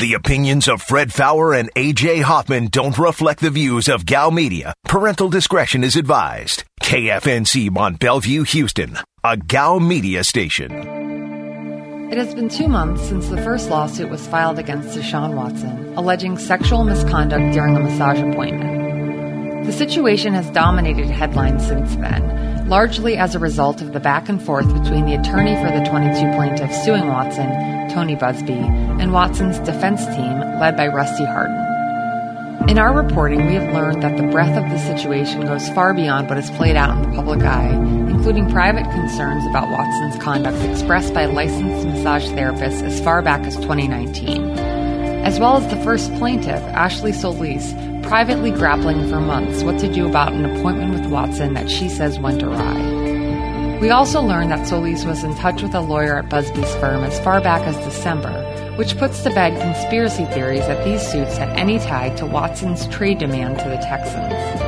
The opinions of Fred Fowler and AJ Hoffman don't reflect the views of Gal Media. Parental discretion is advised. KFNC Mont Bellevue, Houston, a Gal Media station. It has been two months since the first lawsuit was filed against Deshaun Watson, alleging sexual misconduct during a massage appointment. The situation has dominated headlines since then, largely as a result of the back and forth between the attorney for the 22 plaintiffs suing Watson, Tony Busby, and Watson's defense team, led by Rusty Harden. In our reporting, we have learned that the breadth of the situation goes far beyond what is played out in the public eye including private concerns about Watson's conduct expressed by licensed massage therapists as far back as 2019, as well as the first plaintiff, Ashley Solis, privately grappling for months what to do about an appointment with Watson that she says went awry. We also learned that Solis was in touch with a lawyer at Busby's firm as far back as December, which puts to bed conspiracy theories that these suits had any tie to Watson's trade demand to the Texans.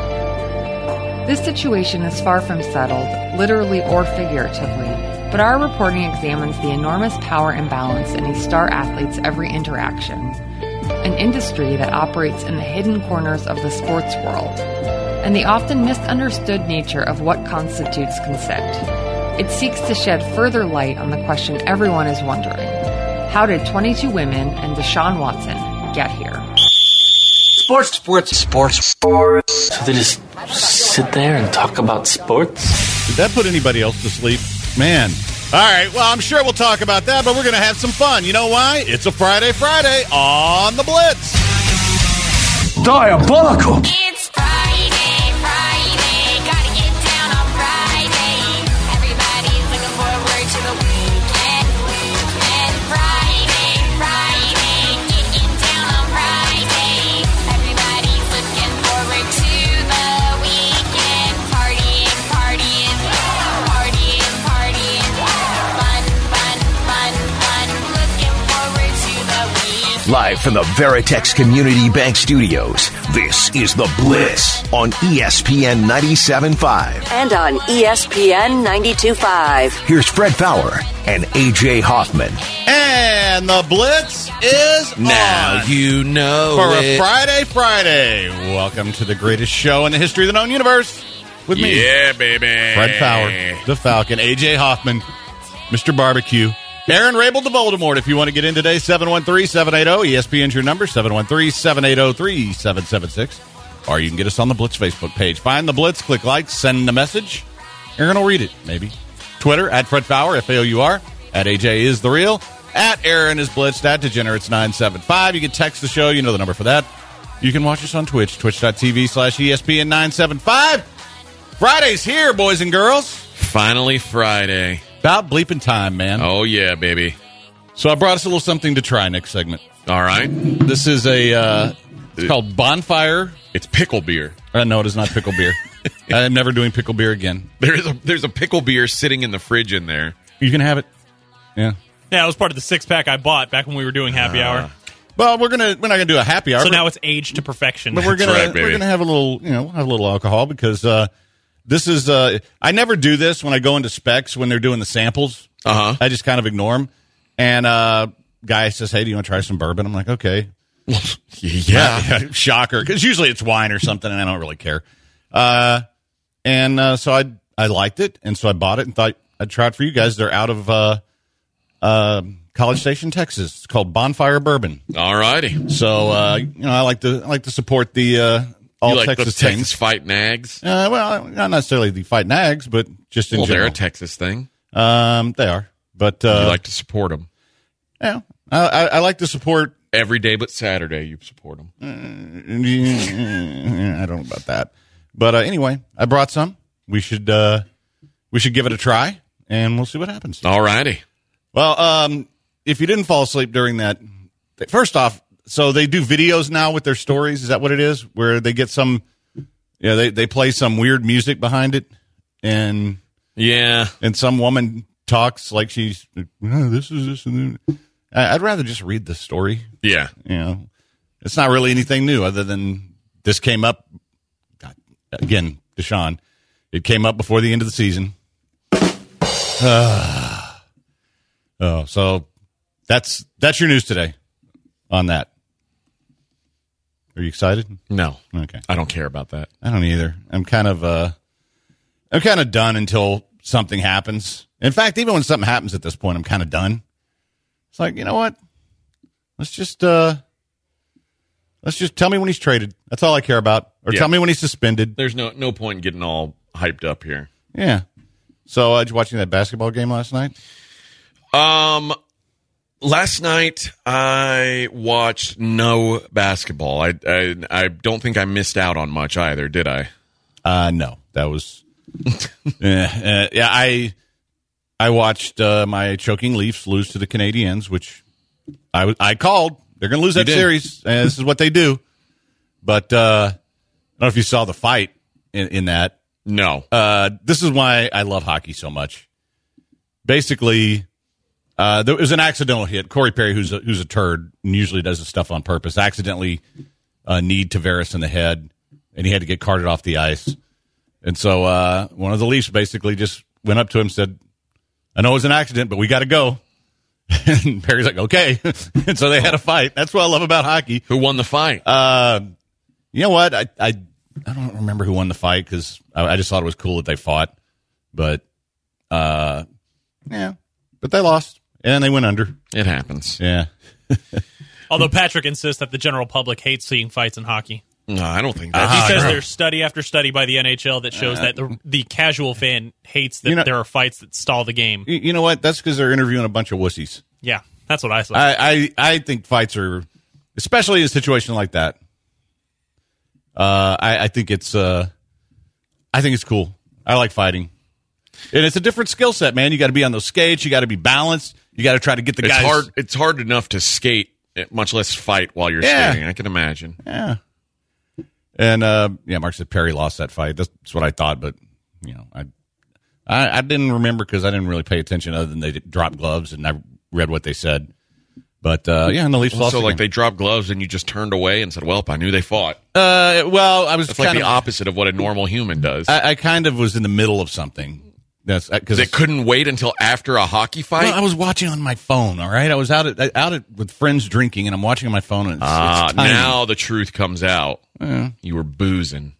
This situation is far from settled, literally or figuratively, but our reporting examines the enormous power imbalance in a star athlete's every interaction, an industry that operates in the hidden corners of the sports world, and the often misunderstood nature of what constitutes consent. It seeks to shed further light on the question everyone is wondering How did 22 women and Deshaun Watson get here? Sports, sports, sports, sports. So they just sit there and talk about sports? Did that put anybody else to sleep? Man. All right, well, I'm sure we'll talk about that, but we're going to have some fun. You know why? It's a Friday, Friday on the Blitz. Diabolical. It's Friday, Friday. Gotta get down on Friday. Everybody's looking forward to the weekend. Weekend. Friday, Friday. Getting down on Friday. Everybody's looking forward to the weekend. Partying, partying. Partying, partying. Fun, fun, fun, fun. Looking forward to the weekend. Live from the Veritex Community Bank Studios, this is The Blitz on E ESPN 97.5. and on E ESPN 92.5. Here's Fred Fowler and AJ Hoffman. And the Blitz is Now on you know for a it. Friday, Friday. Welcome to the greatest show in the history of the known universe with me, Yeah, baby. Fred Fowler, the Falcon, AJ Hoffman, Mr. Barbecue, Aaron Rabel to Voldemort. If you want to get in today, oh, 713-780-ESPN's your number, 713-780-3776. Or you can get us on the Blitz Facebook page. Find the Blitz, click like, send a message. Aaron will read it, maybe. Twitter, at Fred Fowler, F-A-O-U-R, at AJ is the real, at Aaron is blitzed, at degenerates975. You can text the show, you know the number for that. You can watch us on Twitch, twitch.tv slash E ESPN975. Friday's here, boys and girls. Finally Friday. About bleeping time, man. Oh, yeah, baby. So I brought us a little something to try next segment. All right. This is a uh, it's called bonfire. It's pickle beer. Uh, no, it is not pickle beer. I am never doing pickle beer again. There is a, there's a pickle beer sitting in the fridge in there. You can have it. Yeah. Yeah, it was part of the six pack I bought back when we were doing happy Ah. hour. Well, we're gonna we're not gonna do a happy hour. So now it's aged to perfection. but we're gonna right, baby. we're gonna have a little you know we'll have a little alcohol because uh, this is uh, I never do this when I go into specs when they're doing the samples. Uh-huh. I just kind of ignore them. And uh, guy says, "Hey, do you want to try some bourbon?" I'm like, "Okay." Yeah. Uh, shocker. Because usually it's wine or something, and I don't really care. Uh, and uh, so I I liked it, and so I bought it and thought I'd try it for you guys. They're out of uh, uh, College Station, Texas. It's called Bonfire Bourbon. All righty. So uh, you know, I like to I like to support the uh, all You like Texas the Texas things. fight nags? uh, well, not necessarily the fight nags, but just in Well, they're general. a Texas thing. um, they are, but uh, you like to support them yeah, I, I, I like to support every day, but Saturday you support them. I don't know about that. But uh, anyway, I brought some. We should uh, we should give it a try, and we'll see what happens. All righty. Well, um, if you didn't fall asleep during that, first off, so they do videos now with their stories. Is that what it is? Where they get some, yeah, they they play some weird music behind it, and Yeah. and some woman talks like she's "Oh, this is this and that." I- I'd rather just read the story Yeah. you know, it's not really anything new other than this came up God, again, Deshaun. It came up before the end of the season. Ah. oh, so that's that's your news today. on that. Are you excited? No. Okay. I don't care about that. I don't either. I'm kind of uh I'm kind of done until something happens. In fact, even when something happens at this point, I'm kind of done. It's like, you know what? Let's just uh let's just tell me when he's traded. That's all I care about. Or Yeah. tell me when he's suspended. There's no no point in getting all hyped up here. Yeah. So, uh, did you watching that basketball game last night? Um, last night I watched no basketball. I, I I don't think I missed out on much either, did I? Uh no. That was yeah, uh, yeah, I I watched uh, my choking Leafs lose to the Canadiens, which I was- I called. They're going to lose that did. series. And this is what they do. But uh, I don't know if you saw the fight in, in that. No. Uh, this is why I love hockey so much. Basically, uh, there was an accidental hit. Corey Perry, who's a, who's a turd, and usually does this stuff on purpose, accidentally uh, kneed Tavares in the head, and he had to get carted off the ice. And so uh, one of the Leafs basically just went up to him, and said, "I know it was an accident, but we got to go." and Perry's like, "Okay." and so they had a fight. That's what I love about hockey. Who won the fight? Uh, you know what? I I, I don't remember who won the fight because I, I just thought it was cool that they fought, but uh, yeah, but they lost and they went under. it happens. Yeah, Although Patrick insists that the general public hates seeing fights in hockey. No, I don't think He that's says true. there's study after study by the NHL that shows that the, the casual fan hates that You know- there are fights that stall the game. you, you know what? That's because they're interviewing a bunch of wussies. Yeah, that's what I Uh, thought. I, I I think fights are, especially in a situation like that. Uh, I I think it's uh, I think it's cool. I like fighting, and it's a different skill set, man. You got to be on those skates. You got to be balanced. You got to try to get the It's guys hard. It's hard enough to skate, eh, much less fight while you're Yeah. skating. I can imagine. Yeah. And uh, yeah, Mark said Perry lost that fight. That's, that's what I thought, but you know, I I, I didn't remember because I didn't really pay attention other than they did- dropped gloves and I read what they said. But uh, yeah, and the Leafs lost. So, like, again. they dropped gloves and you just turned away and said, "Well, I knew they fought." uh, well, I was That's like kind the of opposite of what a normal human does. I, I kind of was in the middle of something. That's because they couldn't wait until after a hockey fight. I was watching on my phone. All right, I was out at uh, out at, with friends drinking, and I'm watching on my phone. And it's, Ah, it's tiny. now the truth comes out. You were boozing.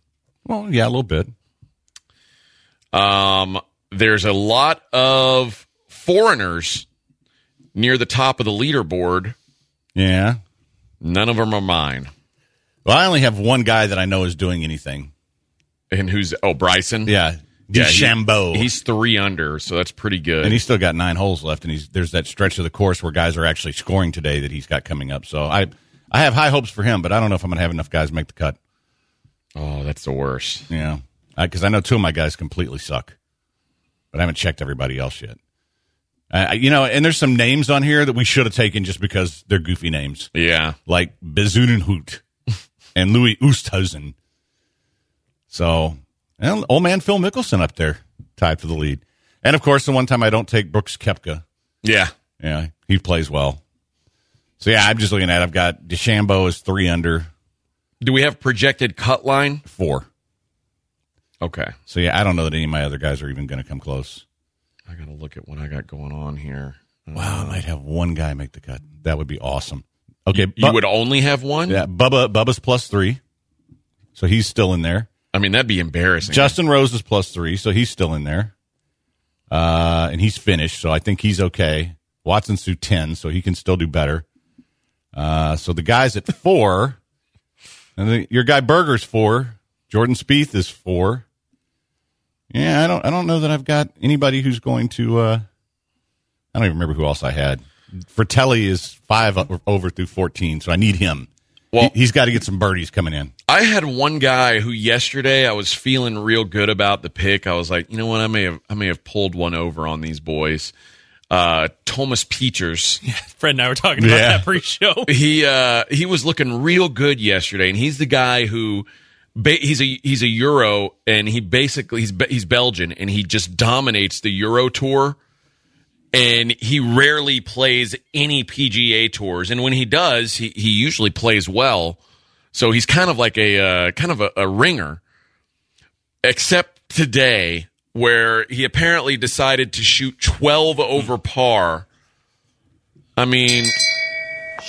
well, yeah, a little bit. Um, there's a lot of foreigners near the top of the leaderboard. Yeah. None of them are mine. Well, I only have one guy that I know is doing anything. And who's oh Bryson? Yeah, Yeah, he- DeChambeau. He's three under, so that's pretty good. and he's still got nine holes left, and he's there's that stretch of the course where guys are actually scoring today that he's got coming up. So I I have high hopes for him, but I don't know if I'm going to have enough guys make the cut. oh, that's the worst. You know, because I, know two of my guys completely suck, but I haven't checked everybody else yet. I I- you know, and there's some names on here that we should have taken just because they're goofy names, Yeah, like Bezudenhout and Louis Oosthuizen. So, and old man Phil Mickelson up there tied for the lead, and of course the one time I don't take Brooks Kepka. yeah. Yeah, he plays well. So yeah, I'm just looking at. it. I've got DeChambeau is three under Do we have projected cut line? four. Okay, So yeah, I don't know that any of my other guys are even going to come close. I gotta look at what I got going on here. Wow, I might have one guy make the cut. That would be awesome. Okay, You Bu- would only have one. Yeah, Bubba Bubba's plus three, so he's still in there. I mean, that'd be embarrassing. Justin Rose is plus three, so he's still in there. Uh, and he's finished, so I think he's okay. Watson's through ten, so he can still do better. Uh, so the guys at four, and the, your guy Berger's four. Jordan Spieth is four. Yeah, I don't, I don't know that I've got anybody who's going to. Uh, I don't even remember who else I had. Fratelli is five o- over through fourteen, so I need him. Well- he, he's got to get some birdies coming in. I had one guy who yesterday I was feeling real good about the pick. I was like, you know what, I may have I may have pulled one over on these boys. Uh, Thomas Peachers, Fred and I were talking about Yeah. that pre-show. he uh, he was looking real good yesterday, and he's the guy who ba- he's a he's a Euro, and he basically he's Be- he's Belgian, and he just dominates the Euro Tour, and he rarely plays any PGA tours, and when he does, he he usually plays well. So he's kind of like a uh, kind of a, a ringer, except today where he apparently decided to shoot 12 over par. I mean,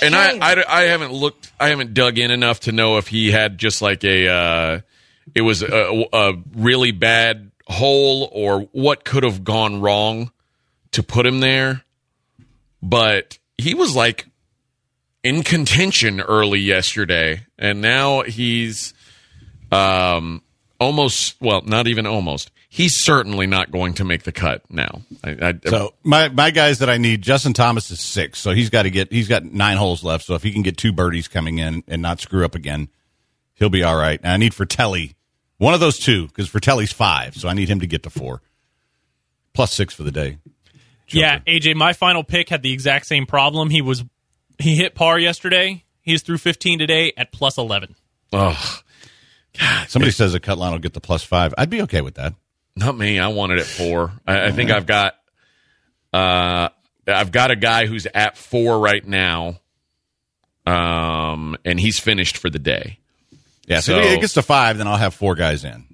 and I, I, I haven't looked, I haven't dug in enough to know if he had just like a, uh, it was a, a really bad hole or what could have gone wrong to put him there. But he was like in contention early yesterday, and now he's um, almost, well, not even almost. He's certainly not going to make the cut now. I, I, So my my guys that I need, Justin Thomas is six, so he's got to get he's got nine holes left. So if he can get two birdies coming in and not screw up again, he'll be all right. And I need Fratelli, one of those two, because Fratelli's five, so I need him to get to four, plus six for the day. Yeah, AJ, my final pick had the exact same problem. He was he hit par yesterday. He's through 15 today at plus 11. ugh. Somebody says that Cutline will get the plus five. I'd be okay with that. Not me. I wanted at four. I, I think I've got, uh, I've got a guy who's at four right now, um, and he's finished for the day. Yeah, so, So- if it gets to five, then I'll have four guys in.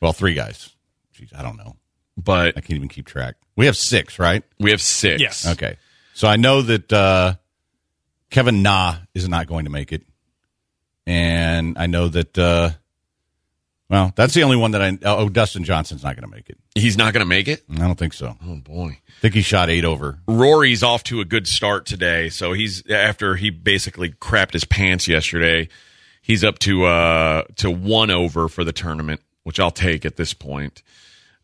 Well, three guys. Jeez, I don't know. But I can't even keep track. We have six, right? we have six. Yes. Okay. So I know that uh, Kevin Na is not going to make it. And I know that, uh, well, that's the only one that I. Oh, Dustin Johnson's not going to make it. He's not going to make it. I don't think so. Oh boy. I think he shot eight over. Rory's off to a good start today. So he's after he basically crapped his pants yesterday. He's up to uh to one over for the tournament, which I'll take at this point.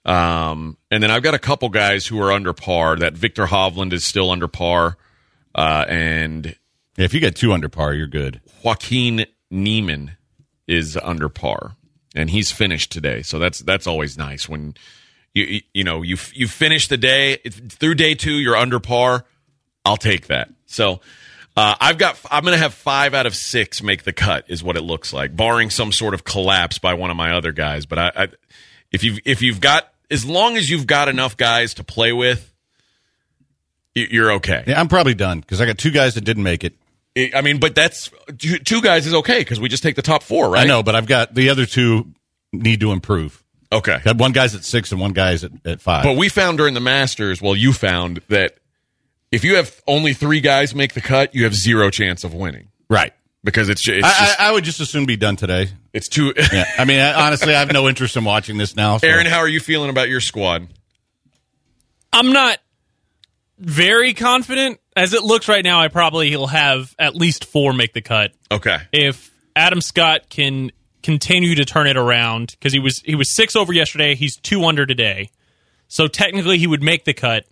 Um, and then I've got a couple guys who are under par. That Victor Hovland is still under par, uh, and Yeah, if you get two under par, you're good. Joaquin Neiman is under par, and he's finished today. So that's that's always nice when you you- you know you you finish the day if- through day two. You're under par. I'll take that. So uh, I've got I'm going to have five out of six make the cut is what it looks like, barring some sort of collapse by one of my other guys. But I, I if you have if you've got as long as you've got enough guys to play with, you- you're okay. Yeah, I'm probably done because I got two guys that didn't make it. I I mean, but that's two two guys is okay because we just take the top four, right? I know, but I've got the other two need to improve. Okay. Got one guy's at six and one guy's at, at five. But we found during the Masters, well, you found that if you have only three guys make the cut, you have zero chance of winning right. because it's ju- it's I, just, I, I would just as soon be done today. it's too. Yeah. I mean, I, honestly, I have no interest in watching this now. so- Aaron, how are you feeling about your squad? I'm not very confident as it looks right now. I probably he'll have at least 4 make the cut. Okay. if Adam Scott can continue to turn it around because he was he was six over yesterday, he's two under today, so technically he would make the cut.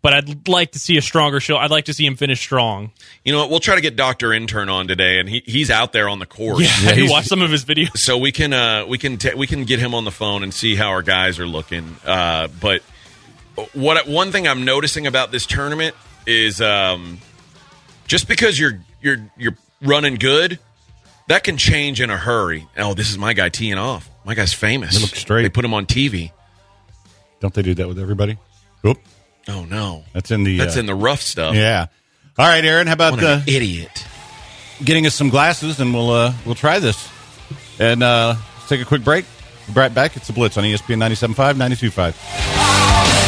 But I'd like to see a stronger show. I'd like to see him finish strong. You know what? We'll try to get Doctor Intern on today, and he he's out there on the course. I he's- watched some of his videos. so we can uh, we can t- we can get him on the phone and see how our guys are looking. Uh, but what one thing I'm noticing about this tournament is um, just because you're you're you're running good, that can change in a hurry. Oh, this is my guy teeing off. My guy's famous. They look straight. They put him on TV. Don't they do that with everybody? Oop. Oh no, That's in the. that's uh, in the rough stuff. Yeah. All right, Aaron. How about What an uh, idiot. getting us some glasses, and we'll uh, we'll try this, and uh, let's take a quick break. We'll be right back. It's the Blitz on E ESPN 97.5, 92.5.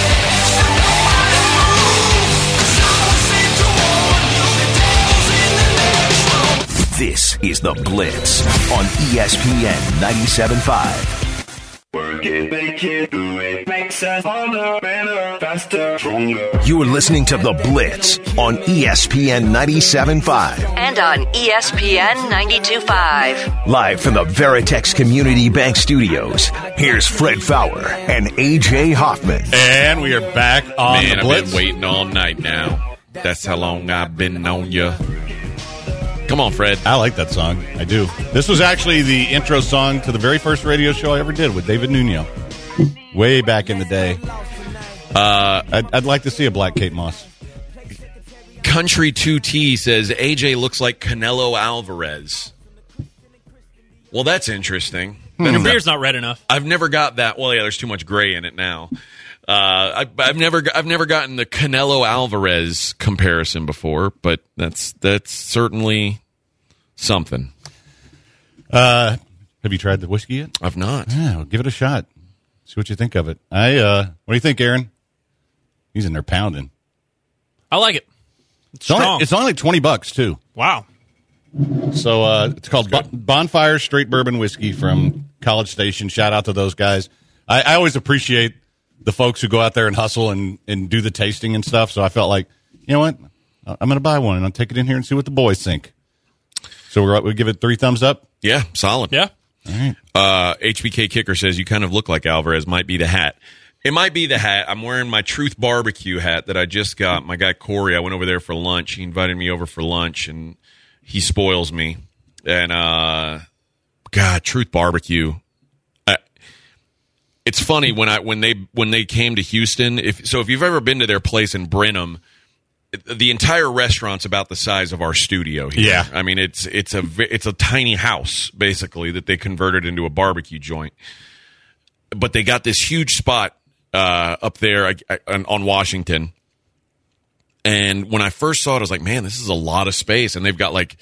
This is The Blitz on E ESPN 97.5. You're listening to The Blitz on E ESPN 97.5. and on E ESPN 92.5. Live from the Veritex Community Bank Studios, here's Fred Fowler and AJ Hoffman. And we are back on Man, the I've Blitz. been waiting all night now. That's how long I've been on you. Come on, Fred. I like that song. I do. This was actually the intro song to the very first radio show I ever did with David Nuno, way back in the day. Uh, I'd, I'd like to see a black Kate Moss. Country 2T says AJ looks like Canelo Alvarez. Well, that's interesting. Your beard's not red enough. I've never got that. Well, yeah, there's too much gray in it now. Uh, I, I've never, I've never gotten the Canelo Alvarez comparison before, but that's that's certainly something. Uh, have you tried the whiskey yet? I've not. Yeah, well, give it a shot. See what you think of it. I uh what do you think, Aaron? He's in there pounding. I like it. It's only, Strong. it's only like 20 bucks, too. Wow. So uh, it's called bon- Bonfire Straight Bourbon Whiskey from College Station. Shout out to those guys. I, I always appreciate the folks who go out there and hustle and, and do the tasting and stuff. So I felt like, you know what? I- I'm going to buy one and I'll take it in here and see what the boys think. So we're, we give it three thumbs up. Yeah, solid. Yeah. Uh, HBK Kicker says you kind of look like Alvarez. Might be the hat. It might be the hat. I'm wearing my Truth Barbecue hat that I just got. My guy Corey. I went over there for lunch. He invited me over for lunch, and he spoils me. And uh, God, Truth Barbecue. I- It's funny when I when they when they came to Houston. If so, if you've ever been to their place in Brenham, the entire restaurant's about the size of our studio here. Yeah. I mean it's it's a ve- it's a tiny house basically that they converted into a barbecue joint. But they got this huge spot uh, up there I- I- on on Washington. And when I first saw it, I was like, "Man, this is a lot of space." And they've got like,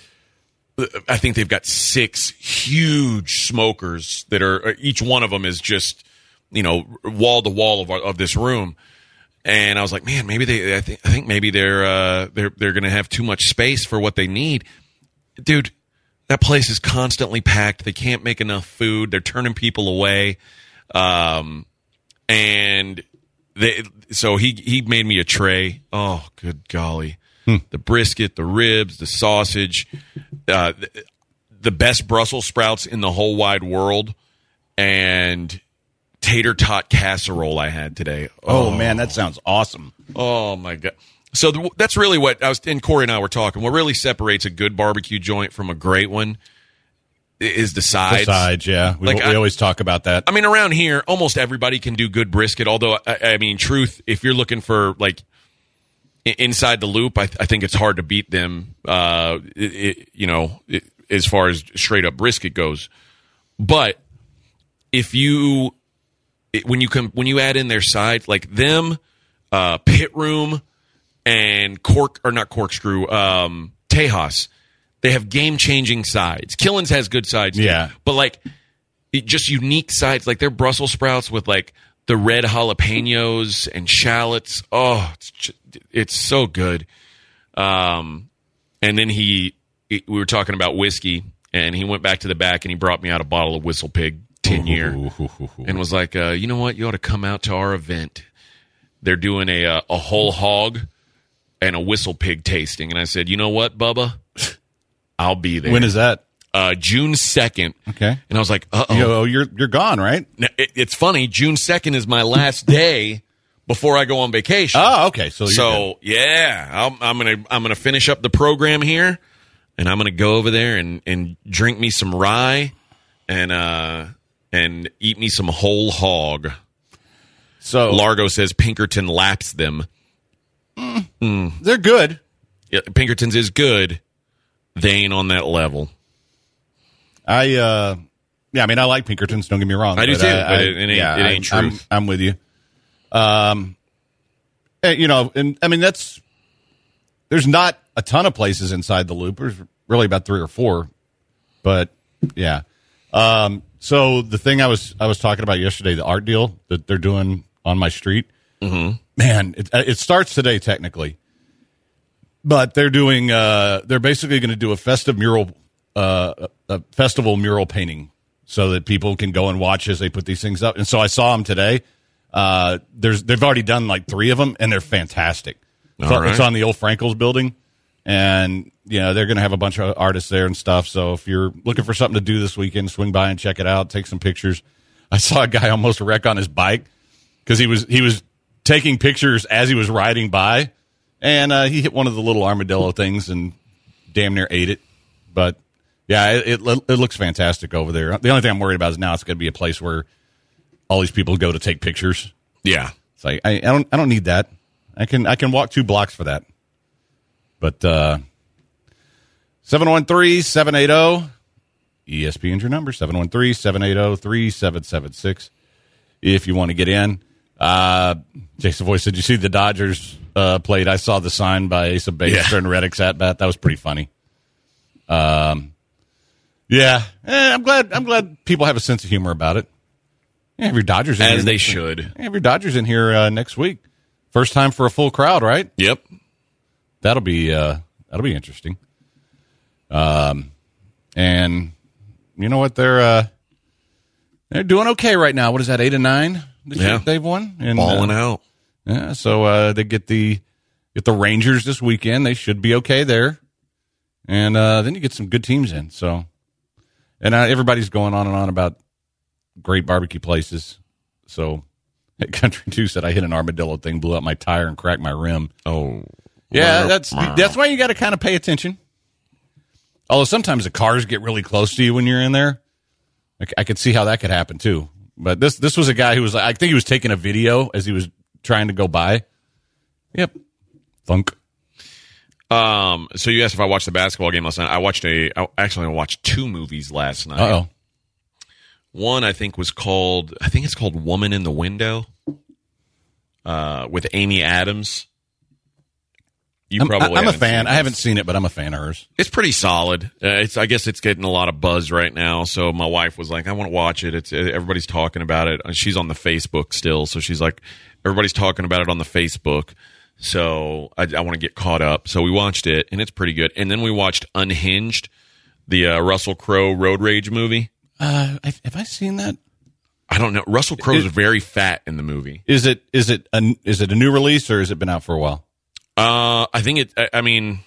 I think they've got six huge smokers that are each one of them is just, you know, wall to wall of our- of this room and I was like, man, maybe they. I think I think maybe they're uh, they're they're going to have too much space for what they need, dude. That place is constantly packed. They can't make enough food. They're turning people away, um, and they. So he he made me a tray. Oh, good golly! Hmm. The brisket, the ribs, the sausage, uh, the, the best Brussels sprouts in the whole wide world, and tater tot casserole I had today. Oh, man, that sounds awesome. Oh my god! So th- that's really what I was. And Corey and I were talking. What really separates a good barbecue joint from a great one i- is the sides. Besides, yeah, we, Like, we I- always talk about that. I mean, around here, almost everybody can do good brisket. Although, I, I mean, truth, if you're looking for like i- inside the loop, I, th- I think it's hard to beat them. Uh, i i you know, i as far as straight up brisket goes, but if you it- when you come when you add in their sides like them, uh, pit room and cork or not corkscrew, um, Tejas, they have game changing sides. Killins has good sides, too. Yeah. but like it- just unique sides like their Brussels sprouts with like the red jalapenos and shallots. Oh, it's ju- it's so good. Um, and then he, he- we were talking about whiskey, and he went back to the back and he brought me out a bottle of Whistle Pig ten year, and was like, uh, you know what, you ought to come out to our event. They're doing a uh, a whole hog and a Whistle Pig tasting, and I said, you know what, Bubba, I'll be there. When is that? uh, June second? Okay. And I was like, uh oh. You know, you're you're gone, right? Now, it, it's funny. June second is my last day before I go on vacation. Oh, okay. So, you're good. Ah, so yeah, I'm, I'm gonna I'm gonna finish up the program here, and I'm gonna go over there and and drink me some rye, and uh and eat me some whole hog. so Largo says Pinkerton laps them. they're good. Yeah, Pinkerton's is good. They ain't on that level. I uh yeah, I mean I like Pinkertons, don't get me wrong. I do but too, but it- it ain't- it ain't I'm, truth. I'm, I'm with you. Um eh, you know, and I mean that's there's not a ton of places inside the loop. There's really about three or four. But yeah. Um so the thing I was I was talking about yesterday, the art deal that they're doing on my street. Man, it, uh, it starts today technically but they're doing uh they're basically going to do a festive mural uh a festival mural painting so that people can go and watch as they put these things up and so i saw them today uh there's they've already done like three of them and they're fantastic It's All on- it's right. on the old frankel's building and you know they're going to have a bunch of artists there and stuff so if you're looking for something to do this weekend swing by and check it out take some pictures i saw a guy almost wreck on his bike because he was he was taking pictures as he was riding by, and uh, he hit one of the little armadillo things and damn near ate it. But yeah, it, it lo- it looks fantastic over there. The only thing I'm worried about is now it's going to be a place where all these people go to take pictures. Yeah, It's like I, I don't I don't need that. I can I can walk two blocks for that. But uh 713-780 ESPN's your number oh, 713-780-3776 if you want to get in. Uh Jason Voice said you see the Dodgers uh played I saw the sign by Asa Baker Yeah. and Reddick's at bat. That was pretty funny. Um yeah, Eh, I'm glad. I'm glad people have a sense of humor about it. Yeah, if your Dodgers in as here- they should. yeah, have your Dodgers in here uh, next week. First time for a full crowd, right? Yep. that'll be uh, that'll be interesting. Um, and you know what? They're uh, they're doing okay right now. What is that? Eight and nine? that Yeah. they've won. And, Balling uh, out. Yeah, so uh, they get the get the Rangers this weekend. They should be okay there, and uh, then you get some good teams in. So, and uh, everybody's going on and on about great barbecue places. So, at Country Two said I hit an armadillo thing, blew out my tire, and cracked my rim. Oh, Yeah, that's that's why you got to kind of pay attention. Although sometimes the cars get really close to you when you're in there. I, c- I could see how that could happen too. But this this was a guy who was like, I think he was taking a video as he was trying to go by. Yep, funk. Um, so you asked if I watched the basketball game last night. I watched a. I actually I watched two movies last night. Uh oh. One I think was called. I think it's called Woman in the Window. Uh, with Amy Adams. You I'm, probably. I- I'm a haven't seen fan. I this. haven't seen it, but I'm a fan of hers. It's pretty solid. Uh, it's. I guess it's getting a lot of buzz right now. So my wife was like, "I want to watch it." It's uh, everybody's talking about it. And She's on the Facebook still, so she's like, "Everybody's talking about it on the Facebook." So I, I want to get caught up. So we watched it, and it's pretty good. And then we watched Unhinged, the uh, Russell Crowe road rage movie. Uh, I, have I seen that? I don't know. Russell Crowe's It- very fat in the movie. Is it is it a, is it a new release or has it been out for a while? Uh, I think it. I, I mean,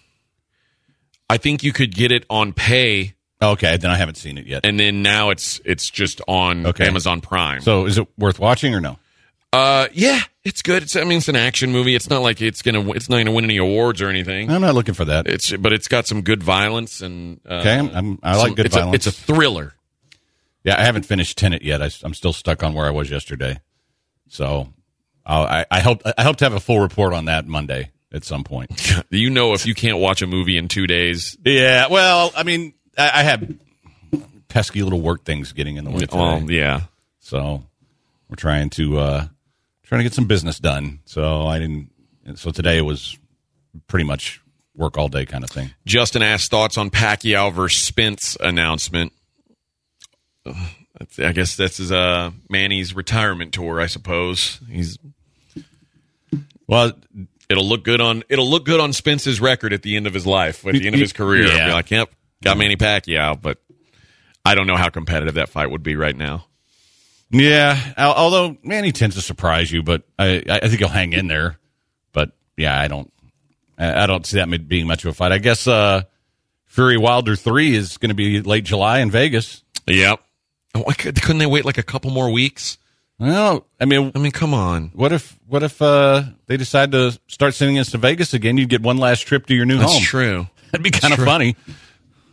I think you could get it on pay, Oh, Okay, then I haven't seen it yet. and then now it's it's just on Okay. Amazon Prime. So is it worth watching or no? Uh, yeah, it's good. It's, I mean, it's an action movie. It's not like it's gonna. It's not gonna win any awards or anything. I'm not looking for that. It's but it's got some good violence and uh, Okay, I'm, I'm, I like some- good it's violence. A, it's a thriller. Yeah, I haven't finished Tenet yet. I, am still stuck on where I was yesterday. So I'll, I, I hope I hope to have a full report on that Monday at some point. You know, if you can't watch a movie in two days, yeah. Well, I mean, I, I have pesky little work things getting in the way today. well, yeah, So we're trying to uh, trying to get some business done. So I didn't. So today was pretty much work all day kind of thing. Justin asked thoughts on Pacquiao versus Spence announcement. Ugh, that's- I guess this is uh, Manny's retirement tour. I suppose he's. Well, It'll look good on. It'll look good on Spence's record at the end of his life, at the end of his career. Yeah. Be like, yep, got Manny Pacquiao, but I don't know how competitive that fight would be right now. Yeah, al- although Manny tends to surprise you, but I, I think he'll hang in there. But yeah, I don't, I I don't see that mid- being much of a fight. I guess uh, Fury Wilder three is going to be late July in Vegas. Yep. Why Oh, could, couldn't they wait like a couple more weeks? Well, I mean, I mean, come on. what if what if uh, they decide to start sending us to Vegas again? You'd get one last trip to your new That's home. true. Oh. That'd be kind of funny.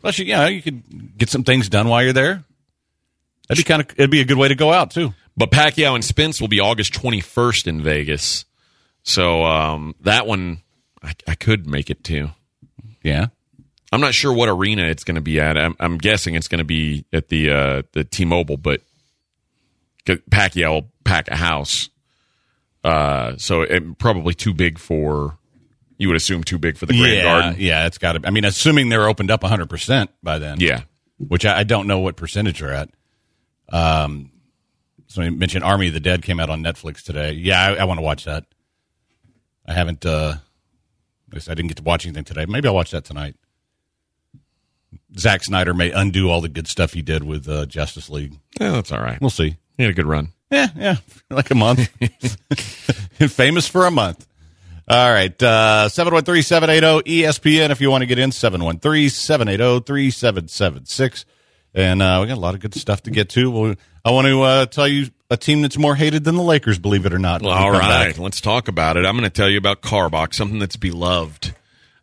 Plus, you know, you could get some things done while you're there. That'd be kind of it'd be a good way to go out too. But Pacquiao and Spence will be August 21st in Vegas. So um, that one, I, I could make it to. Yeah. I'm not sure what arena it's going to be at. I'm, I'm guessing it's going to be at the uh, the T-Mobile, but 'cause Pacquiao will pack a house, uh, so it, probably too big for. You would assume too big for the Grand yeah, Garden. Yeah, it's got to. I mean, assuming they're opened up 100 percent by then. Yeah, which I, I don't know what percentage are at. Um, somebody mentioned Army of the Dead came out on Netflix today. Yeah, I, I want to watch that. I haven't. Uh, at least I didn't get to watch anything today. Maybe I'll watch that tonight. Zack Snyder may undo all the good stuff he did with uh, Justice League. yeah, that's all right. We'll see. He had a good run. Yeah, yeah, like a month. Famous for a month. All right, uh, oh, 713-780-ESPN if you want to get in, oh, 713-780-3776. And uh, we got a lot of good stuff to get to. Well, I want to uh, tell you a team that's more hated than the Lakers, believe it or not. when we All come right, back. let's talk about it. I'm going to tell you about Carbox, something that's beloved.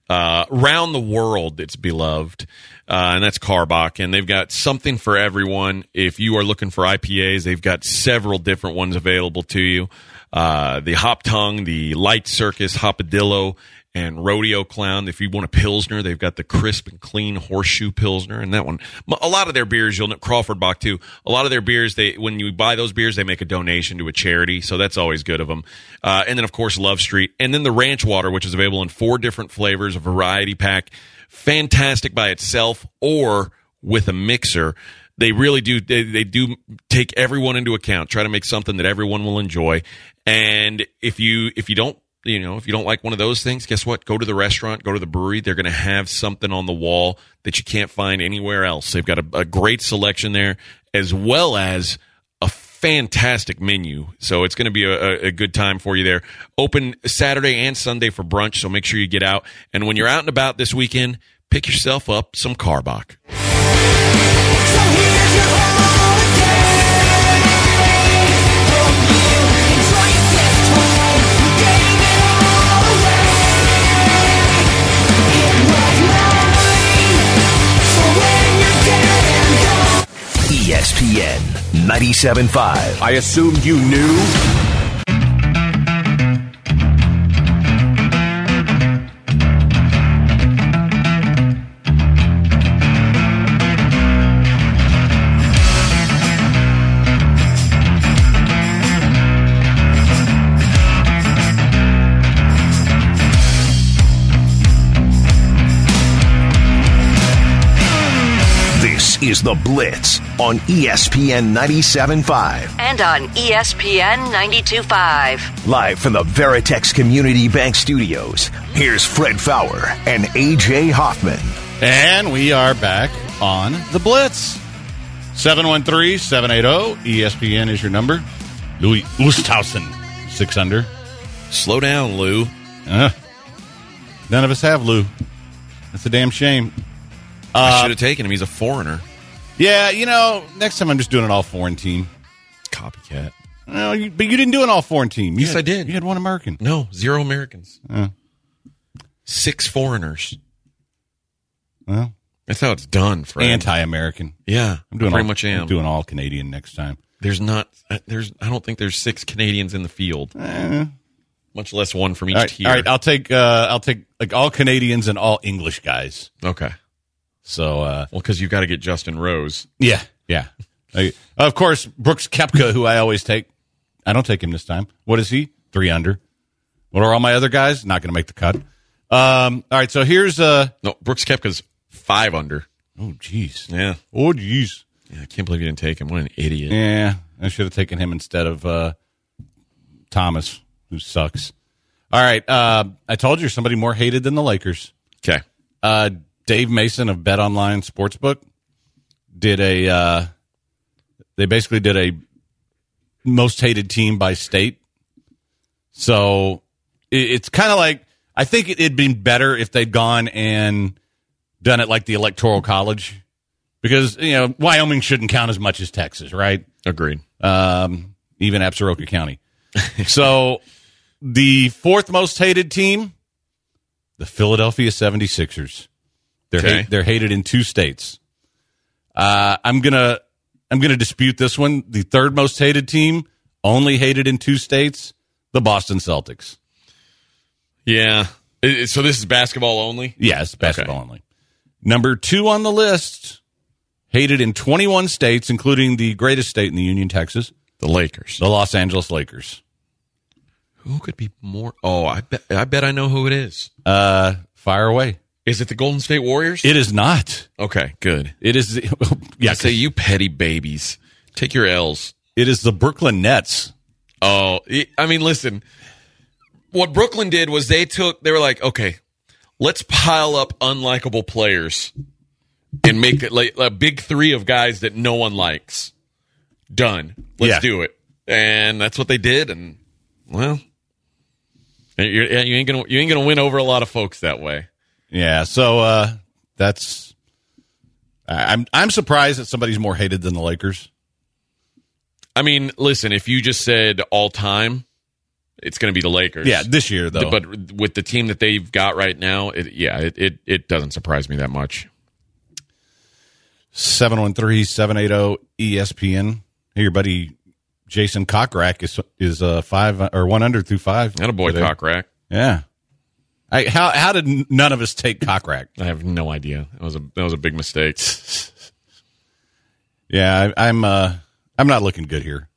Uh, around the world, that's beloved, uh, and that's Carbach, and they've got something for everyone. If you are looking for IPAs, they've got several different ones available to you: uh, the Hop Tongue, the Light Circus, Hopadillo, and Rodeo Clown. If you want a Pilsner, they've got the crisp and clean Horseshoe Pilsner, and that one. M- A lot of their beers, you'll know Crawford Bach too. A lot of their beers, they when you buy those beers, they make a donation to a charity, so that's always good of them. Uh, and then of course Love Street, and then the Ranch Water, which is available in four different flavors, a variety pack, fantastic by itself or with a mixer. They really do. They, they do take everyone into account. Try to make something that everyone will enjoy. And if you if you don't you know, if you don't like one of those things, guess what? Go to the restaurant, go to the brewery. They're going to have something on the wall that you can't find anywhere else. They've got a, a great selection there, as well as a fantastic menu. So it's going to be a, a- a good time for you there. Open Saturday and Sunday for brunch. So make sure you get out. And when you're out and about this weekend, pick yourself up some Carbach. E ESPN 97.5. I assumed you knew. This is The Blitz on E ESPN 97.5. and on E ESPN 92.5. Live from the Veritex Community Bank Studios, here's Fred Fowler and A.J. Hoffman. And we are back on the Blitz. 713 780 ESPN is your number. Louis Lusthausen, six under. Slow down, Lou. Ugh. Uh-huh. none of us have Lou. That's a damn shame. Uh, I should have taken him. He's a foreigner. Yeah, you know, next time I'm just doing an all foreign team. Copycat. No, you, but you didn't do an all foreign team. You Yes, had- I did. You had one American. No, zero Americans. Yeah. Six foreigners. Well, That's how it's done, Fred. anti-American. Yeah, I'm doing pretty all, much am. I'm doing all Canadian next time. There's not. uh, There's. I don't think there's six Canadians in the field. Much less one from each Eh. All right, tier. all right. I'll take uh, I'll take like all Canadians and all English guys. okay. So uh, Well, because you've got to get Justin Rose. yeah, yeah. Like, of course, Brooks Kepka, who I always take. I don't take him this time. What is he? Three under. What are all my other guys? Not going to make the cut. Um, all right. So here's uh No, Brooks Kepka's five under. Oh jeez. Yeah. Oh jeez. yeah. I can't believe you didn't take him. What an idiot. Yeah, I should have taken him instead of uh, Thomas, who sucks. All right, uh, I told you somebody more hated than the Lakers. Okay. Uh, Dave Mason of Bet Online Sportsbook did a. Uh, they basically did a most hated team by state. So it, it's kind of like I think it, it'd been better if they'd gone and done it like the Electoral College, because you know Wyoming shouldn't count as much as Texas, right? Agreed. um, even Absaroka County. so the fourth most hated team, the Philadelphia 76ers. They're, Okay. hate- they're hated in two states. Uh, I'm going to I'm going to dispute this one. The third most hated team, only hated in two states, the Boston Celtics. Yeah. It- it- so this is basketball only. Yes, basketball only. Number 2 on the list, hated in 21 states including the greatest state in the union, Texas, The Lakers. the Los Angeles Lakers. Who could be more? Oh, I bet. I bet I know who it is. Uh, fire away. Is it the Golden State Warriors? It is not. okay. Good. It is. I Yeah, say you petty babies. Take your L's. it is the Brooklyn Nets. Oh, it- I mean, listen. What Brooklyn did was they took. They were like, okay, let's pile up unlikable players and make it like a big three of guys that no one likes. Done. Let's Yeah. do it. And that's what they did. And well, you you ain't gonna you ain't gonna win over a lot of folks that way. Yeah, so uh, that's. I- I'm I'm surprised that somebody's more hated than the Lakers. I mean, listen, if you just said all time, it's gonna be the Lakers. Yeah, this year though. But with the team that they've got right now, it, yeah, it, it, it doesn't surprise me that much. 713-780 ESPN. Hey, your buddy Jason Cockrack is is uh five or one under through five. Not a boy today. cock rack. Yeah. I, how how did n- none of us take Cockrack? I have no idea. That was a that was a big mistake. Yeah, I, I'm uh I'm not looking good here.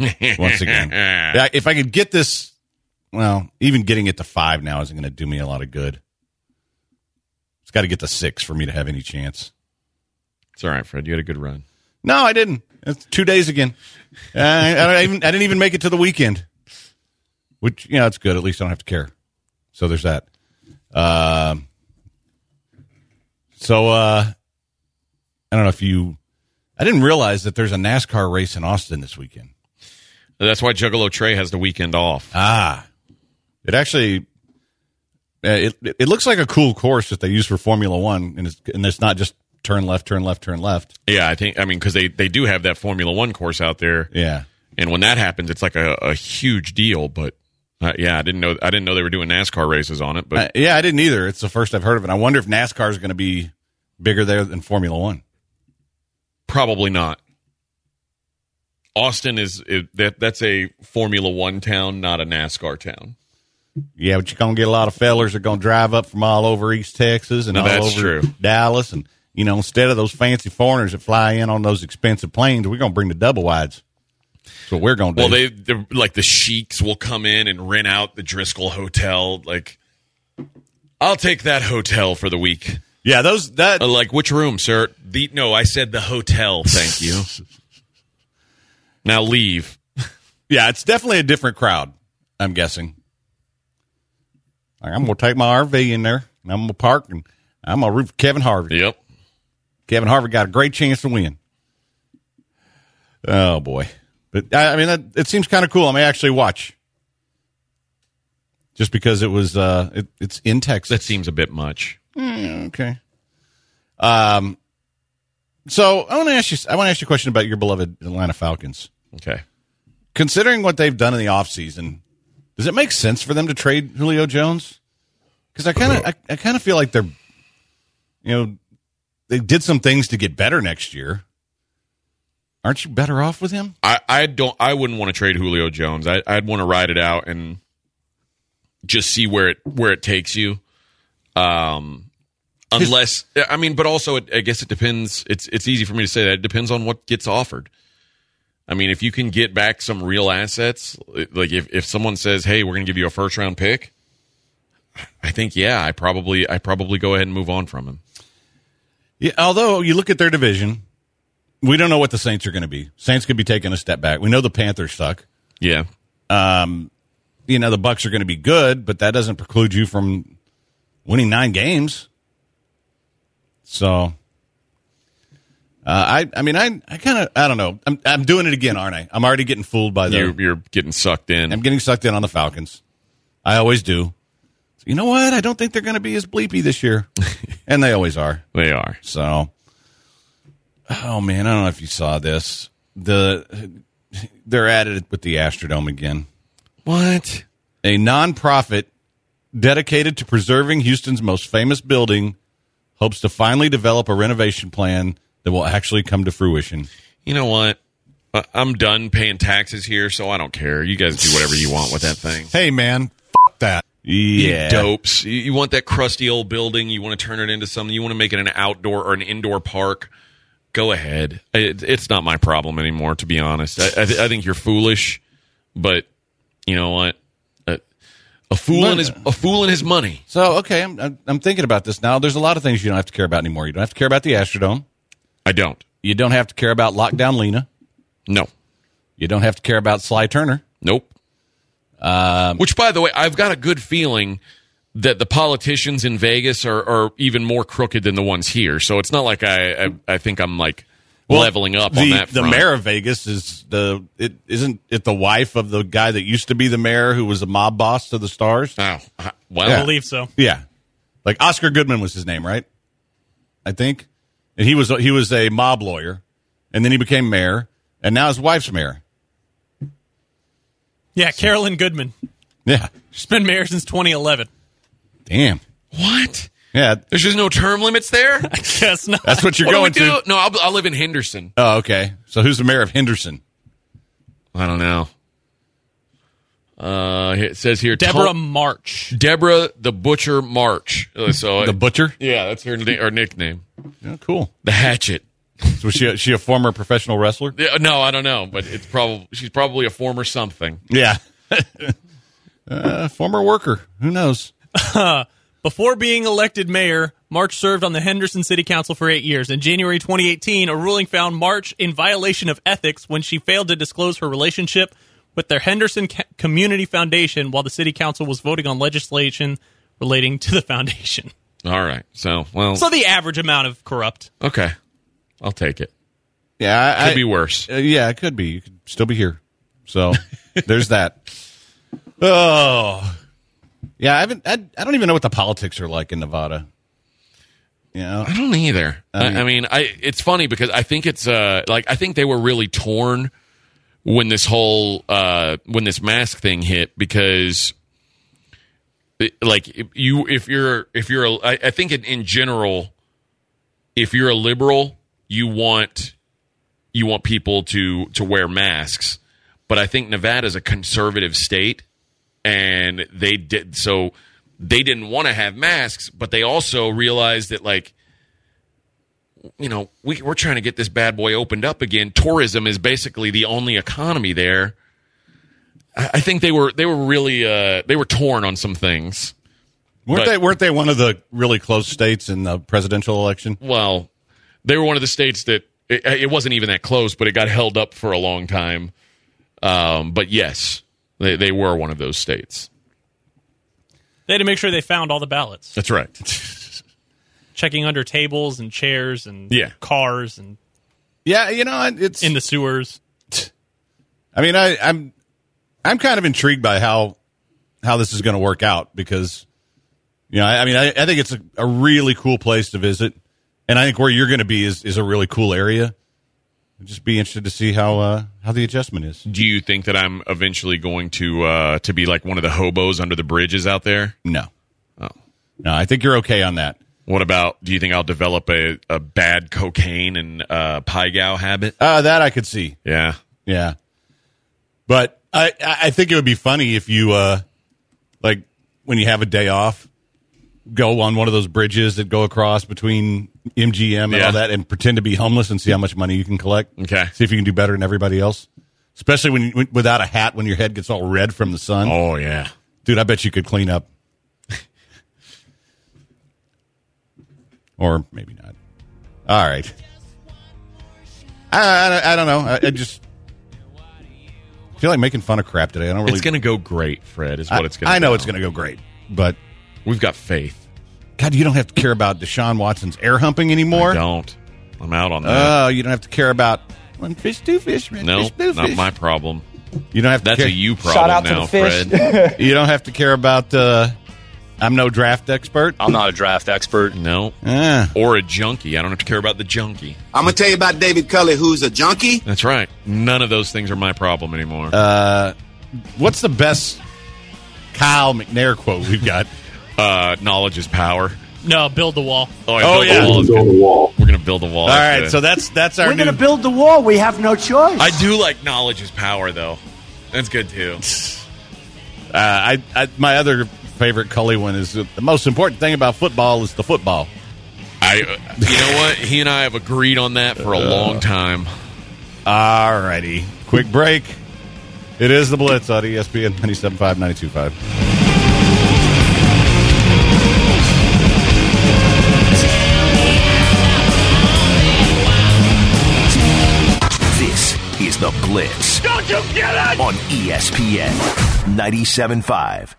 Once again, Ah. Yeah, if I could get this, well, even getting it to five now isn't going to do me a lot of good. It's got to get to six for me to have any chance. It's all right, Fred. You had a good run. No, I didn't. It's two days again. Uh, I, I, don't even, I didn't even make it to the weekend. which you know it's good. At least I don't have to care. So there's that. Um, so uh, I don't know if you. I didn't realize that there's a NASCAR race in Austin this weekend. That's why Juggalo Trey has the weekend off. Ah, it actually. uh, It it looks like a cool course that they use for Formula One, and it's and it's not just turn left, turn left, turn left. Yeah, I think. I mean, because they they do have that Formula One course out there, Yeah, and when that happens, it's like a, a huge deal. But uh, yeah, I didn't know. I didn't know they were doing NASCAR races on it. But Uh, yeah, I didn't either. It's the first I've heard of it. I wonder if NASCAR is going to be bigger there than Formula One. Probably not. Austin is it, that that's a Formula One town, not a NASCAR town. Yeah, but you're gonna get a lot of fellers that are gonna drive up from all over East Texas and No, all that's over true. Dallas, and you know, instead of those fancy foreigners that fly in on those expensive planes, we're gonna bring the double wides. That's what we're gonna do. Well, they they're- like the sheiks will come in and rent out the Driscoll Hotel. Like, I'll take that hotel for the week. yeah, those that Uh, like, which room, sir? The no, I said the hotel. Thank you. now leave. yeah, it's definitely a different crowd. I'm guessing. Like, I'm gonna take my RV in there and I'm gonna park and I'm gonna root for Kevin Harvey. Yep. Kevin Harvick got a great chance to win. Oh boy! But I, I mean, that, it seems kind of cool. I may actually watch, just because it was. Uh, it, it's in Texas. That seems a bit much. okay. Um. So I want to ask you. I want to ask you a question about your beloved Atlanta Falcons. Okay. Considering what they've done in the offseason, does it make sense for them to trade Julio Jones? Because I kind of, I, I kind of feel like they're, you know, they did some things to get better next year. Aren't you better off with him? I, I don't I wouldn't want to trade Julio Jones. I, I'd want to ride it out and just see where it where it takes you. Um, unless I mean, but also it, I guess it depends. It's it's easy for me to say that it depends on what gets offered. I mean, if you can get back some real assets, like if if someone says, "Hey, we're going to give you a first round pick," I think yeah, I probably I probably go ahead and move on from him. Yeah, although you look at their division, we don't know what the Saints are going to be. Saints could be taking a step back. We know the Panthers suck. Yeah, Um, you know the Bucks are going to be good, but that doesn't preclude you from winning nine games. So, uh, I I mean I I kind of I don't know. I'm I'm doing it again, aren't I? I'm already getting fooled by the. you're you're getting sucked in. I'm getting sucked in on the Falcons. I always do. You know what? I don't think they're going to be as bleepy this year, and they always are. they are. So, oh man, I don't know if you saw this. The they're at it with the Astrodome again. What? A nonprofit dedicated to preserving Houston's most famous building hopes to finally develop a renovation plan that will actually come to fruition. you know what? I- I'm done paying taxes here, so I don't care. You guys do whatever you want with that thing. Hey, man, f- that. Yeah, You dopes. You, you want that crusty old building? You want to turn it into something? You want to make it an outdoor or an indoor park? Go ahead. It, it's not my problem anymore, to be honest. I, I, th- I think you're foolish, but you know what? A, a fool in his a fool in his money. So okay, I'm, I'm I'm thinking about this now. There's a lot of things you don't have to care about anymore. You don't have to care about the Astrodome. I don't. You don't have to care about lockdown Lena. No. You don't have to care about Sly Turner. Nope. Um, Which, by the way, I've got a good feeling that the politicians in Vegas are, are even more crooked than the ones here. So it's not like I I, I think I'm like leveling up the, on that. The front. mayor of Vegas is the it isn't it the wife of the guy that used to be the mayor who was the mob boss to the stars. Oh, uh, well, I believe so. Yeah, like Oscar Goodman was his name, right? I think, and he was he was a mob lawyer, and then he became mayor, and now his wife's mayor. Yeah, Carolyn Goodman. Yeah, She's been mayor since 2011. damn. what? Yeah, There's just no term limits there. Guess not. that's what you're what going do we do? to. No, I'll, I'll live in Henderson. Oh, okay. So who's the mayor of Henderson? I don't know. Uh, it says here Deborah Tom- March. Deborah the Butcher March. Uh, So The butcher. yeah, that's her, na- her nickname. Yeah, cool. The Hatchet. So was she a, she a former professional wrestler? Yeah, no, I don't know, but it's probably she's probably a former something. Yeah, uh, former worker. Who knows? Before being elected mayor, March served on the Henderson City Council for eight years. In January 2018, a ruling found March in violation of ethics when she failed to disclose her relationship with their Henderson Ca- Community Foundation while the city council was voting on legislation relating to the foundation. All right. So, well, So the average amount of corrupt. okay. I'll take it. Yeah, I, Could I- be worse. Uh, yeah, it could be. You could still be here. So there's that. Oh, yeah. I haven't. I, I don't even know what the politics are like in Nevada. Yeah, I don't either. I, I mean, I it's funny because I think it's uh like I think they were really torn when this whole uh when this mask thing hit because it- like if you if you're if you're a, I, I think in, in general if you're a liberal you want you want people to to wear masks but I think Nevada's a conservative state and they did so they didn't want to have masks but they also realized that like you know, we, we're trying to get this bad boy opened up again. Tourism is basically the only economy there. I, I think they were they were really uh, they were torn on some things. weren't But- they? Weren't they one of the really close states in the presidential election? Well, they were one of the states that it, it wasn't even that close, but it got held up for a long time. Um, but yes, they, they were one of those states. They had to make sure they found all the ballots, That's right. checking under tables and chairs and Yeah. cars and Yeah, you know, it's in the sewers. I mean, I, I'm I'm kind of intrigued by how how this is going to work out because you know, I, I mean, I, I think it's a, a really cool place to visit, and I think where you're going to be is is a really cool area. I'd just be interested to see how uh, how the adjustment is. Do you think that I'm eventually going to uh, to be like one of the hobos under the bridges out there? No, no, I think you're okay on that. What about? Do you think I'll develop a, a bad cocaine and uh, pie gow habit? Uh, that I could see. Yeah, Yeah. But I, I I think it would be funny if you, uh, like, when you have a day off, go on one of those bridges that go across between MGM and Yeah. all that and pretend to be homeless and see how much money you can collect. Okay. See if you can do better than everybody else. Especially when, you, when without a hat, when your head gets all red from the sun. Oh yeah. Dude, I bet you could clean up. or maybe not. All right. I, I, I don't know. I, I just feel like making fun of crap today. I don't really. It's gonna go great, Fred. Is I, what it's gonna. I know go. it's going to go great, but We've got faith. God, you don't have to care about Deshaun Watson's air humping anymore. I don't. I'm out on that. Oh, you don't have to care about one fish, two fish, man. no, fish, two not fish. my problem. You don't have to. That's care, a you problem now, Fred. You don't have to care about. Uh, I'm no draft expert. I'm not a draft expert. no, Eh. or a junkie. I don't have to care about the junkie. I'm gonna tell you about David Cully, who's a junkie. That's right. None of those things are my problem anymore. Uh, What's the best Kyle McNair quote we've got? uh, knowledge is power. No, build the wall. Oh, Oh, build the yeah. wall is good. We're gonna build a All wall. That's right, good. so that's that's our We're new. gonna build the wall. We have no choice. I do like knowledge is power, though. That's good too. uh, I, I my other favorite Cully one is that the most important thing about football is the football. I, uh, you know what? He and I have agreed on that for a Uh, long time. All righty, quick break. It is the Blitz on E ESPN 97.5, 92.5. This is The Blitz. Don't you get it? On E ESPN 97.5.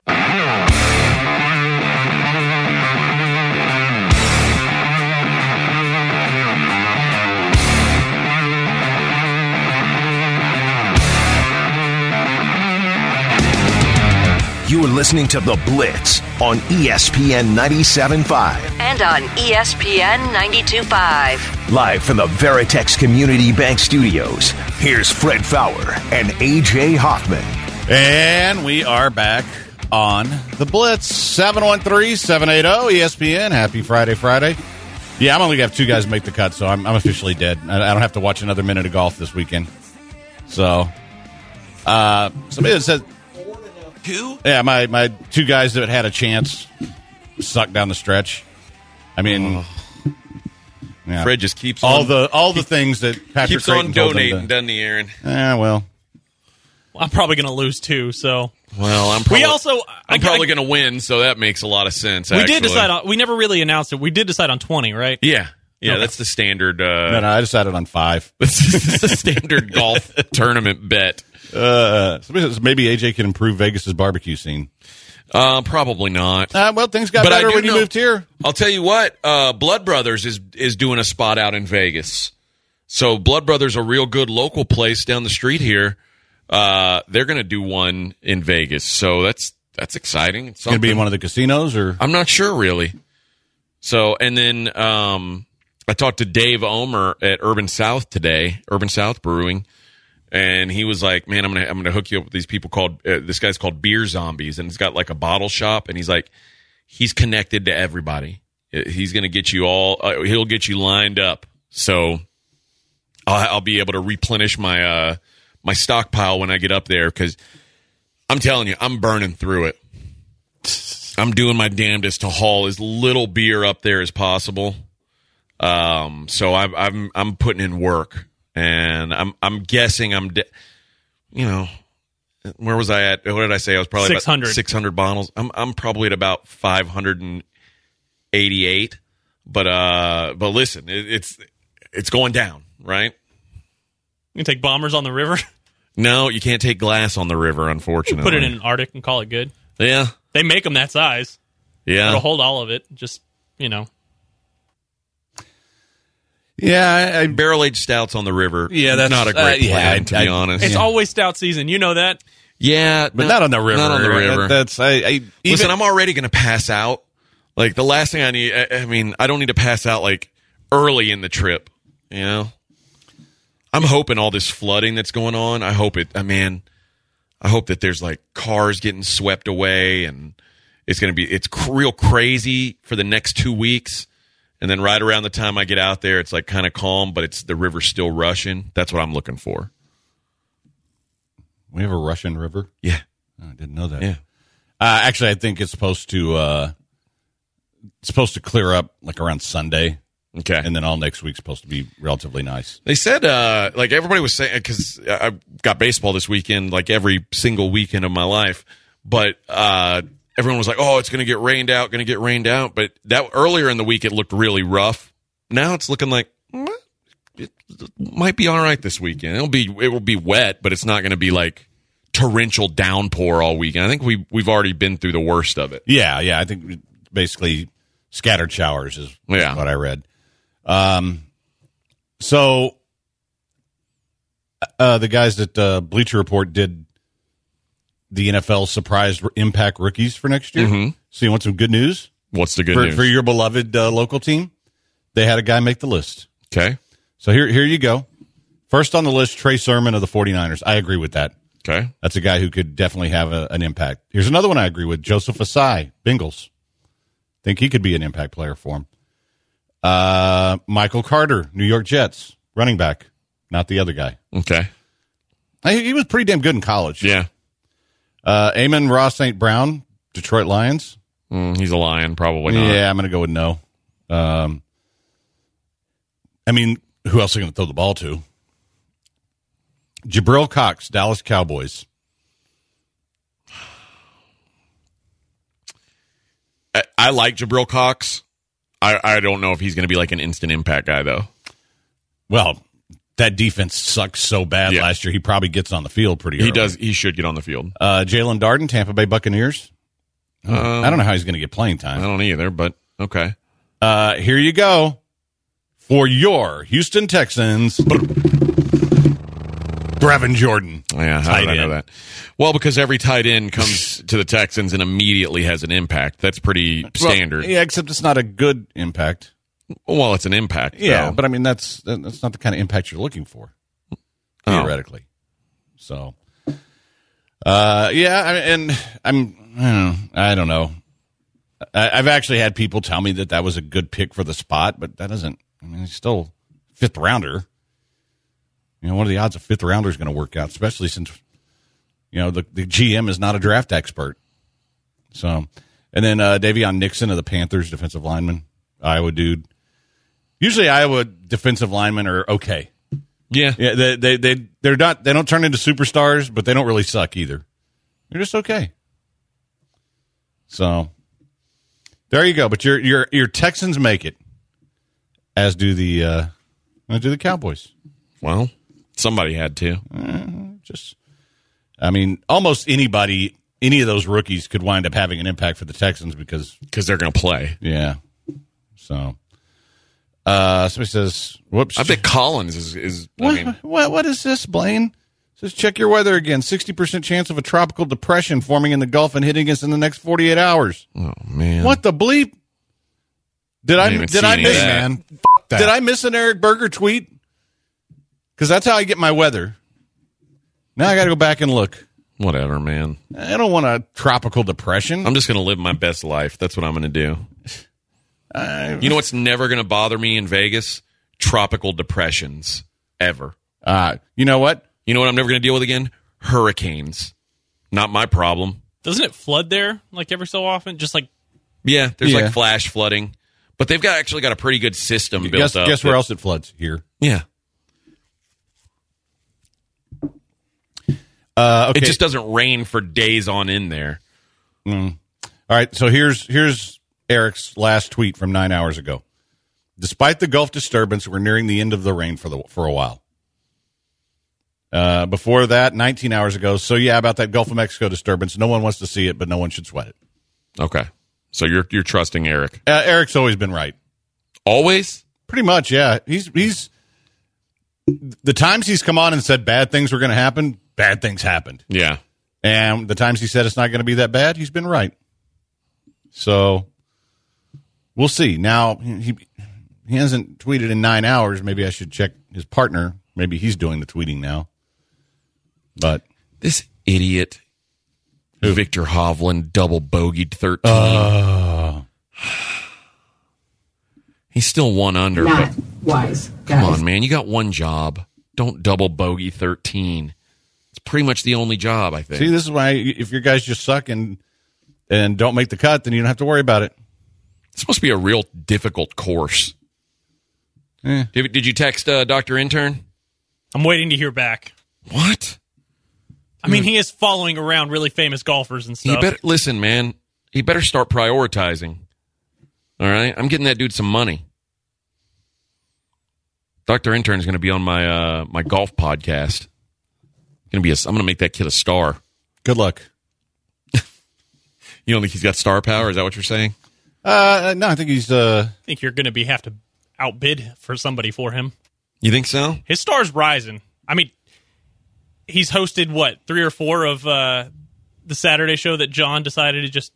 You are listening to The Blitz on E ESPN 97.5. and on E ESPN 92.5. Live from the Veritex Community Bank Studios, here's Fred Fowler and AJ Hoffman. And we are back on the Blitz 713 780 ESPN. Happy Friday, Friday. Yeah, I'm only going to have two guys make the cut, so I'm, I'm officially dead. I, I don't have to watch another minute of golf this weekend. So, uh, somebody that said, Who? yeah, my, my two guys that had a chance sucked down the stretch. I mean, yeah. Oh. Fred just keeps all on, the all the things that Patrick keeps on Creighton told them to- donating, doesn't he, Aaron? Yeah, well, I'm probably going to lose too. So Well, I'm we probably, also I- I'm probably I- going to win, so that makes a lot of sense. we actually. did decide on. We never really announced it. We did decide on 20, right? yeah, Yeah, that's the standard. Uh, No, no, I decided on five. that's the standard golf tournament bet. Uh, somebody says maybe AJ can improve Vegas's barbecue scene. Uh, probably not. Uh, well, things got But I better do when know- you moved here. I'll tell you what, uh, Blood Brothers is is doing a spot out in Vegas. So Blood Brothers, a real good local place down the street here. Uh, they're going to do one in Vegas. So that's that's exciting. It's Going to be in something- one of the casinos, or I'm not sure really. So and then um, I talked to Dave Omer at Urban South today, Urban South Brewing, and he was like, "Man, I'm gonna I'm gonna hook you up with these people called uh, this guy's called Beer Zombies, and he's got like a bottle shop, and he's like, he's connected to everybody. Uh, He's gonna get you all. Uh, he'll get you lined up. So I'll, I'll be able to replenish my uh my stockpile when I get up there because I'm telling you, I'm burning through it. I'm doing my damnedest to haul as little beer up there as possible. Um, so I'm I'm I'm putting in work, and I'm I'm guessing I'm, de- you know, where was I at? What did I say? I was probably 600. six hundred bottles. I'm I'm probably at about five hundred and eighty eight. But uh, but listen, it, it's it's going down, right? You can take bombers on the river, No, you can't take glass on the river, unfortunately. put it in an Arctic, and call it good. Yeah, They make them that size. yeah. It'll hold all of it. Just you know, yeah, I, I, Barrel aged stouts on the river. Yeah, that's- not a uh, great yeah, plan, I- to I- be honest. it's always stout season. You know that. Yeah, but no- not on the river. Not on the That- river. that's I. I even, Listen, I'm already going to pass out. Like the last thing I need. I, I mean, I don't need to pass out like early in the trip. You know, I'm hoping all this flooding that's going on. I hope it. I mean, I hope that there's like cars getting swept away, and it's going to be it's cr- real crazy for the next two weeks. And then right around the time I get out there, it's like kind of calm, but it's the river's still rushing. That's what I'm looking for. we have a Russian river. Yeah, Oh, I didn't know that. yeah. Uh, actually, I think it's supposed to uh, it's supposed to clear up like around Sunday, Okay. and then all next week's supposed to be relatively nice. They said, uh, like everybody was saying, because I got baseball this weekend, like every single weekend of my life. But uh, everyone was like, "Oh, it's going to get rained out, going to get rained out." But that earlier in the week, it looked really rough. Now it's looking like mm, it might be all right this weekend. It'll be it will be wet, but it's not going to be like torrential downpour all weekend. I think we we've already been through the worst of it. Yeah, yeah. I think basically scattered showers is, is Yeah. what I read. Um, so uh, the guys at uh, Bleacher Report did the NFL surprise impact rookies for next year. So you want some good news What's the Mm-hmm. good for, news? for your beloved uh, local team? They had a guy make the list. okay, So here, here you go. First on the list, Trey Sermon of the 49ers. I agree with that. okay, That's a guy who could definitely have a, an impact. Here's another one I agree with Joseph Asai, Bengals. Think he could be an impact player for him. Uh, Michael Carter, New York Jets, running back, not the other guy. okay, He he was pretty damn good in college. yeah. Uh, Amon Ross St. Brown, Detroit Lions. Mm, he's a lion, probably not. Yeah, I'm going to go with no. Um, I mean, who else are going to throw the ball to? Jabril Cox, Dallas Cowboys. I, I like Jabril Cox. I, I don't know if he's going to be like an instant impact guy though. Well, that defense sucks so bad Yeah. last year. He probably gets on the field pretty. He early. does. He should get on the field. Uh, Jalen Darden, Tampa Bay Buccaneers. I Um, don't know how he's going to get playing I time. don't either, but okay. Uh, here you go for your Houston Texans, Brevin Jordan. Yeah, how Tight did I know end. that? Well, because every tight end comes to the Texans and immediately has an impact. That's pretty standard. Well, yeah, except it's not a good impact. Well, it's an impact. Yeah, though. but I mean that's that's not the kind of impact you're looking for Oh. theoretically. So, uh, yeah, I, and I'm I don't know. I don't know. I, I've actually had people tell me that that was a good pick for the spot, but that doesn't. I mean, he's still fifth rounder. You know, what are the odds a fifth rounder is going to work out, especially since you know the the GM is not a draft expert. So, and then uh, Davion Nixon of the Panthers, defensive lineman, Iowa dude. Usually, Iowa defensive linemen are okay. yeah, Yeah, they they they they're not they don't turn into superstars, but they don't really suck either. They're just okay. So there you go. But your your your Texans make it. as do the uh, as do the Cowboys. Well, somebody had to. Just, I mean, almost anybody, any of those rookies could wind up having an impact for the Texans because because they're going to play. yeah. So, uh, somebody says, "Whoops." I bet Collins is. is I What, mean, what, what is this, Blaine? It Says check your weather again. Sixty percent chance of a tropical depression forming in the Gulf and hitting us in the next forty-eight hours. oh man, What the bleep? Did I, didn't even did see I any of miss that. man. F- that. did I miss an Eric Berger tweet? Because that's how I get my weather. Now I got to go back and look. Whatever, man. I don't want a tropical depression. I'm just going to live my best life. That's what I'm going to do. I- You know what's never going to bother me in Vegas? Tropical depressions ever. uh, you know what? You know what I'm never going to deal with again? Hurricanes. Not my problem. Doesn't it flood there like every so often? Just like Yeah, there's Yeah. like flash flooding, but they've got actually got a pretty good system built Guess, up. guess that- where else it floods? Here. Yeah, Uh, okay. it just doesn't rain for days on in there. All right, so here's here's Eric's last tweet from nine hours ago. Despite the Gulf disturbance, we're nearing the end of the rain for the for a while. Uh, before that, 19 hours ago. So yeah, about that Gulf of Mexico disturbance. No one wants to see it, but no one should sweat it. Okay, so you're you're trusting Eric Uh, Eric's always been right. always. Pretty much, yeah. He's he's the times he's come on and said bad things were going to happen, bad things happened. Yeah, And the times he said it's not going to be that bad, he's been right. So we'll see. Now he he hasn't tweeted in nine hours. Maybe I should check his partner. Maybe he's doing the tweeting now. But this idiot Victor Hovland double bogeyed thirteen. Uh. He's still one under. but- wise, Come on, man. You got one job. Don't double bogey 13. It's pretty much the only job, I think. see, this is why if your guys just suck and and don't make the cut, then you don't have to worry about it. it's supposed to be a real difficult course. Eh. Did, did you text uh, Dr. Intern? I'm waiting to hear back. What? I mean, he is following around really famous golfers and He stuff. better listen, man. He better start prioritizing. All right, I'm getting that dude some money. Doctor Intern is going to be on my uh, my golf podcast. Going to be a, I'm going to make that kid a star. Good luck. You don't think he's got star power? Is that what you're saying? Uh, no, I think he's uh I think you're going to be have to outbid for somebody for him. You think so? His star's rising. I mean, he's hosted what three or four of uh, the Saturday show that John decided to just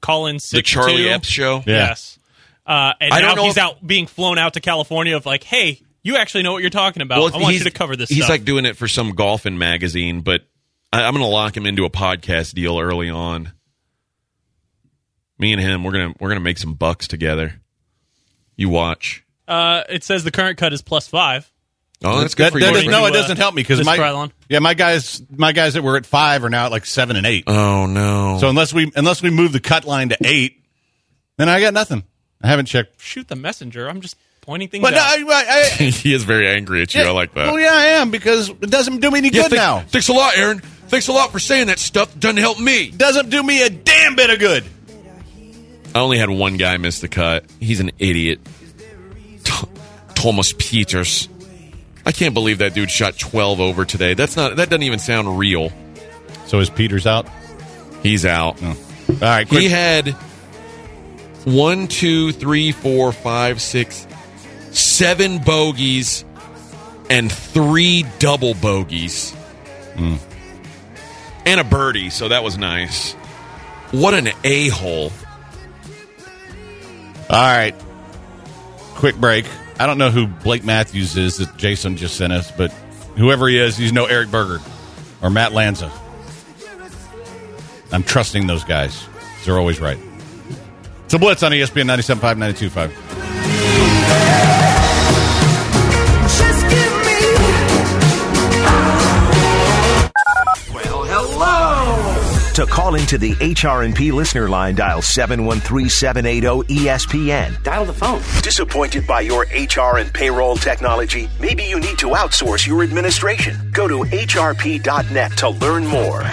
call in The sick Charlie to. Epps show. Yes. Uh, and I now don't know he's if- out being flown out to California of like, hey, you actually know what you're talking about. I want you he's- to cover this He's stuff. like doing it for some golfing magazine, but I, I'm going to lock him into a podcast deal early on. Me and him, we're gonna we're gonna make some bucks together. You watch. uh, it says the current cut is plus five. Oh, that's good that- for that you. does- According to, no, it uh, doesn't help me because Miss my Krylon. yeah, my guys, my guys that were at five are now at like seven and eight. oh no. So unless we unless we move the cut line to eight, then I got nothing. I haven't checked. Shoot the messenger. I'm just pointing things But no, out. I, I, I, he is very angry at you. I like that. Well, yeah, I am because it doesn't do me any Yeah, good thanks- now. Thanks a lot, Aaron. Thanks a lot for saying that stuff. Doesn't help me. Doesn't do me a damn bit of good. I only had one guy miss the cut. He's an idiot. Th- Thomas Peters. I can't believe that dude shot 12 over today. That's not that doesn't even sound real. So is Peters out? He's out. All right, quick. He had one, two, three, four, five, six, seven bogeys and three double bogeys. Hmm. And a birdie, so that was nice. What an a hole. All right, quick break. I don't know who Blake Matthews is that Jason just sent us, but whoever he is, he's no Eric Berger or Matt Lanza. I'm trusting those guys. They're always right. It's a blitz on E ESPN 97.5, 92.5. To call into the HRNP listener line, dial E 713-780-ESPN. Dial the phone. Disappointed by your HR and payroll technology? Maybe you need to outsource your administration. Go to hrp.net to learn more.